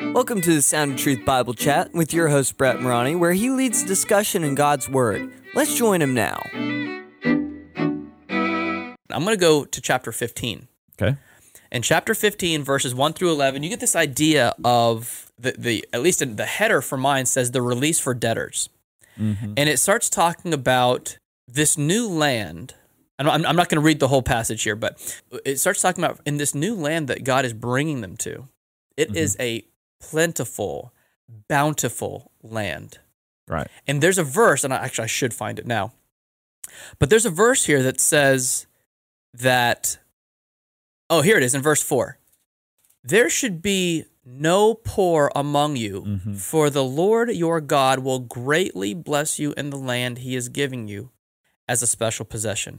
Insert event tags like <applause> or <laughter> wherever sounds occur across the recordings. Welcome to the Sound of Truth Bible Chat with your host, Brett Morani, where he leads discussion in God's Word. Let's join him now. I'm going to go to chapter 15. Okay. In chapter 15, verses 1 through 11, you get this idea of the, the at least in the header for mine says the release for debtors. And it starts talking about this new land. And I'm, I'm not going to read the whole passage here, but it starts talking about in this new land that God is bringing them to. It Mm-hmm. is a plentiful, bountiful land. Right. And there's a verse, and I, actually I should find it now. But there's a verse here that says that. Oh, here it is in verse four. There should be no poor among you, Mm-hmm. for the Lord your God will greatly bless you in the land he is giving you as a special possession.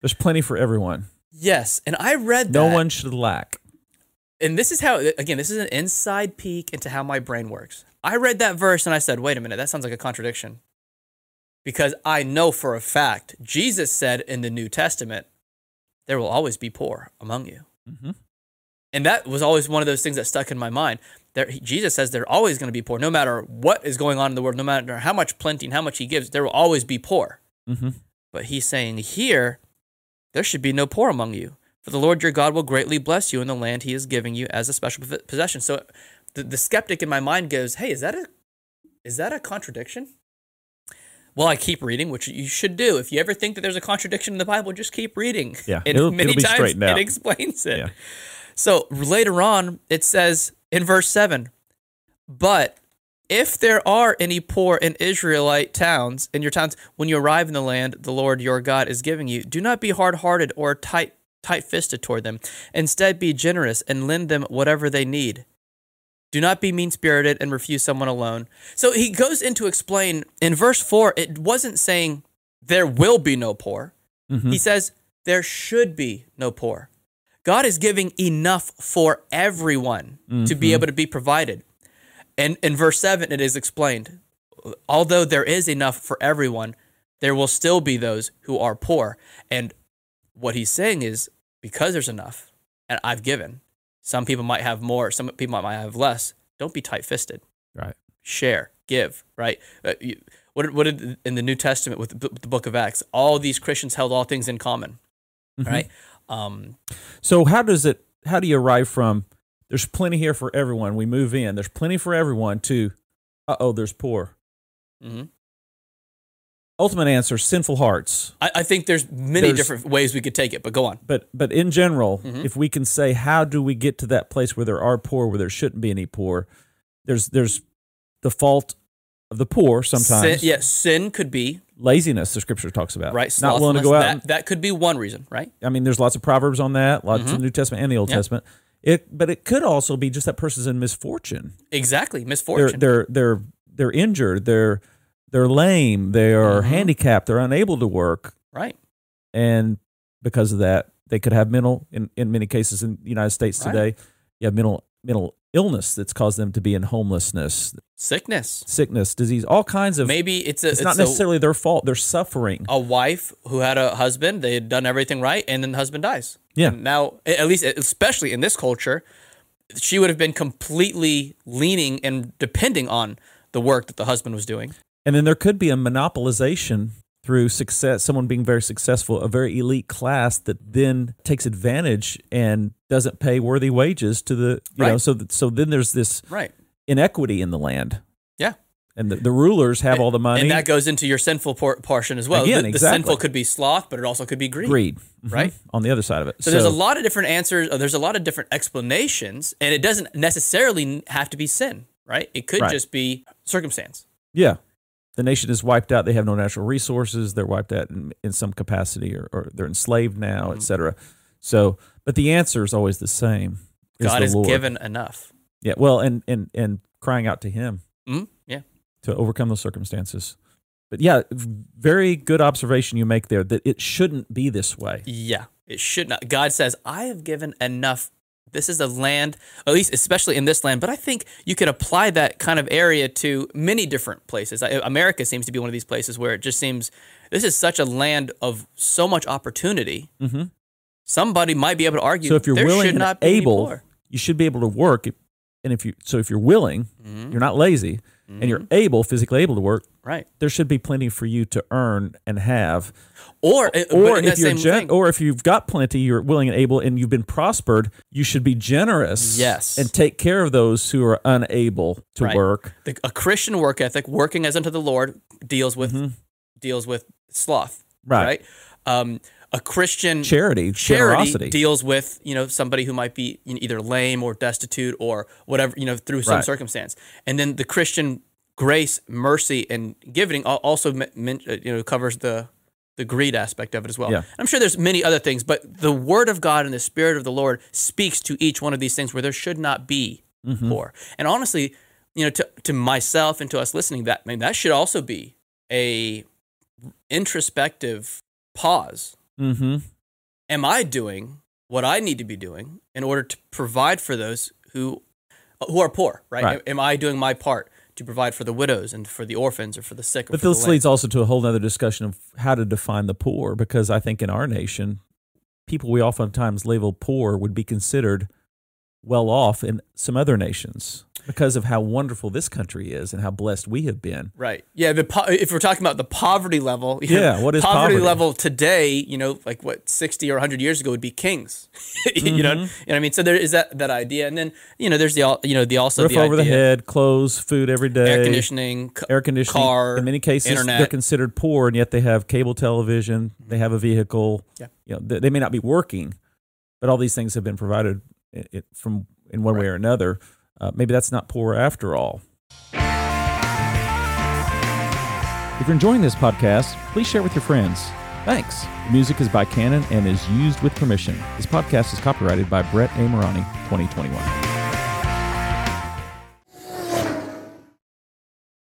There's plenty for everyone. Yes, and I read that. No one should lack. and this is how again this is an inside peek into how my brain works i read that verse and i said wait a minute that sounds like a contradiction because i know for a fact jesus said in the new testament there will always be poor among you Mhm. and that was always one of those things that stuck in my mind there, he- jesus says they're always going to be poor no matter what is going on in the world no matter how much plenty and how much he gives there will always be poor Mhm. but he's saying here there should be no poor among you, for the Lord your God will greatly bless you in the land he is giving you as a special pos- possession. So the, the skeptic in my mind goes, "Hey, is that a is that a contradiction?" Well, I keep reading, which you should do. If you ever think that there's a contradiction in the Bible, just keep reading. Yeah, and it'll- many it'll be times straightened it out. explains it. Yeah. So later on, it says in verse seven, but if there are any poor in Israelite towns, in your towns, when you arrive in the land the Lord your God is giving you, do not be hard hearted or tight tight fisted toward them. Instead be generous and lend them whatever they need. Do not be mean spirited and refuse someone alone. So he goes in to explain in verse four, it wasn't saying there will be no poor. He says there should be no poor. God is giving enough for everyone to be able to be provided. And in verse 7, it is explained although there is enough for everyone, there will still be those who are poor. And what he's saying is because there's enough, and I've given, some people might have more, some people might have less. Don't be tight fisted Right. share, give, right? Uh, you, what, did- what did in the New Testament with the, with the book of Acts, all these Christians held all things in common, Mm-hmm. right? Um, So how does it? How do you arrive from? There's plenty here for everyone. We move in. There's plenty for everyone. To, uh oh, there's poor. mhm. Ultimate answer: sinful hearts. I, I think there's many There's- different ways we could take it, but go on. But but in general, Mm-hmm. if we can say how do we get to that place where there are poor, where there shouldn't be any poor, there's there's the fault of the poor Sin, sometimes. yeah, sin could be Laziness, the scripture talks about. right. Uh, Not willing to go out. slothfulness, and- That, that could be one reason, right? I mean, there's lots of proverbs on that, lots of New Testament and the Old Mm-hmm. Yeah. Testament. It, but it could also be just that person's in misfortune. Exactly, They're misfortune. they're they're they're injured. They're they're lame. They are Mm-hmm. handicapped. They're unable to work, right. and because of that, they could have mental. In, in many cases, in the United States Right. today, you have mental mental illness that's caused them to be in homelessness, Sickness. sickness, disease, all kinds of. Maybe it's a it's, not a- Oh, necessarily their fault. They're suffering. a wife who had a husband. They had done everything right, and then the husband dies. Yeah. And now, a- at least, especially in this culture, she would have been completely leaning and depending on the work that the husband was doing. And then there could be a monopolization through success, someone being very successful, a very elite class that then takes advantage and doesn't pay worthy wages to the, you know, Right. so th- so then there's this Right. inequity in the land, Yeah. and the, the rulers have all the money. And that goes into your sinful por- portion as well. Again, the, the exactly. sinful could be sloth, but it also could be greed. greed, Mhm. right? on the other side of it. So, there's a lot of different answers. Or there's a lot of different explanations, and it doesn't necessarily have to be sin, right? It could Right. just be circumstance. Yeah. The nation is wiped out. They have no natural resources. They're wiped out in, in some capacity or, or they're enslaved now, Mm-hmm. et cetera. So, but the answer is always the same. is God the is Lord. given enough. Yeah. Well, and, and, and crying out to Him Mm? Yeah. to overcome those circumstances. But yeah, v- very good observation you make there that it shouldn't be this way. Yeah, it should not. God says, I have given enough. This is a land, at least, especially in this land. But I think you could apply that kind of area to many different places. I, America seems to be one of these places where it just seems this is such a land of so much opportunity. Mhm. Somebody might be able to argue. So if you're Mm-hmm. there willing should and not be any able, more." you should be able to work. If- and if you so if you're willing, Mm-hmm. you're not lazy, and you're able, physically able to work, Right. there should be plenty for you to earn and have. Or uh, Or but in that if you're same gen- thing- or if you've got plenty, you're willing and able, and you've been prospered, you should be generous. Yes. and take care of those who are unable to Right. work. the, a Christian work ethic, working as unto the Lord, deals with deals with sloth, Mm-hmm. Right. right? Um, a Christian Charity, charity generosity. deals with you know somebody who might be you know, either lame or destitute or whatever you know through some Right. circumstance, and then the Christian grace, mercy, and giving al- also men- men- uh, you know covers the the greed aspect of it as well. Yeah. I'm sure there's many other things, but the word of God and the spirit of the Lord speaks to each one of these things where there should not be Mm-hmm. poor. And honestly, you know, to, to myself and to us listening, that I mean, that should also be a introspective pause. Mm-hmm. Am I doing what I need to be doing in order to provide for those who who are poor? Right? Right. Am I doing my part to provide for the widows and for the orphans or for the sick? Or But for this the lame? leads also to a whole other discussion of how to define the poor, because I think in our nation, people we oftentimes label poor would be considered well off in some other nations because of how wonderful this country is and how blessed we have been. Right. Yeah. The po- if we're talking about the poverty level, <laughs> you Yeah, what is poverty? level today? You know, like what sixty or hundred years ago would be kings. <laughs> Mm-hmm. you know, you know what I mean. So there is that that idea, and then you know, there's the al- you know the also Roof the over the idea, head, clothes, food every day, air conditioning, c- air conditioning. car, in many cases, they're internet. Mm-hmm. considered poor, and yet they have cable television, they have a vehicle. Yeah. You know, they, they may not be working, but all these things have been provided i it, from in one way or another. Uh, maybe that's not poor after all. If you're enjoying this podcast, please share it with your friends. Thanks. The music is by Canon and is used with permission. This podcast is copyrighted by Brett A. Morani, 2021.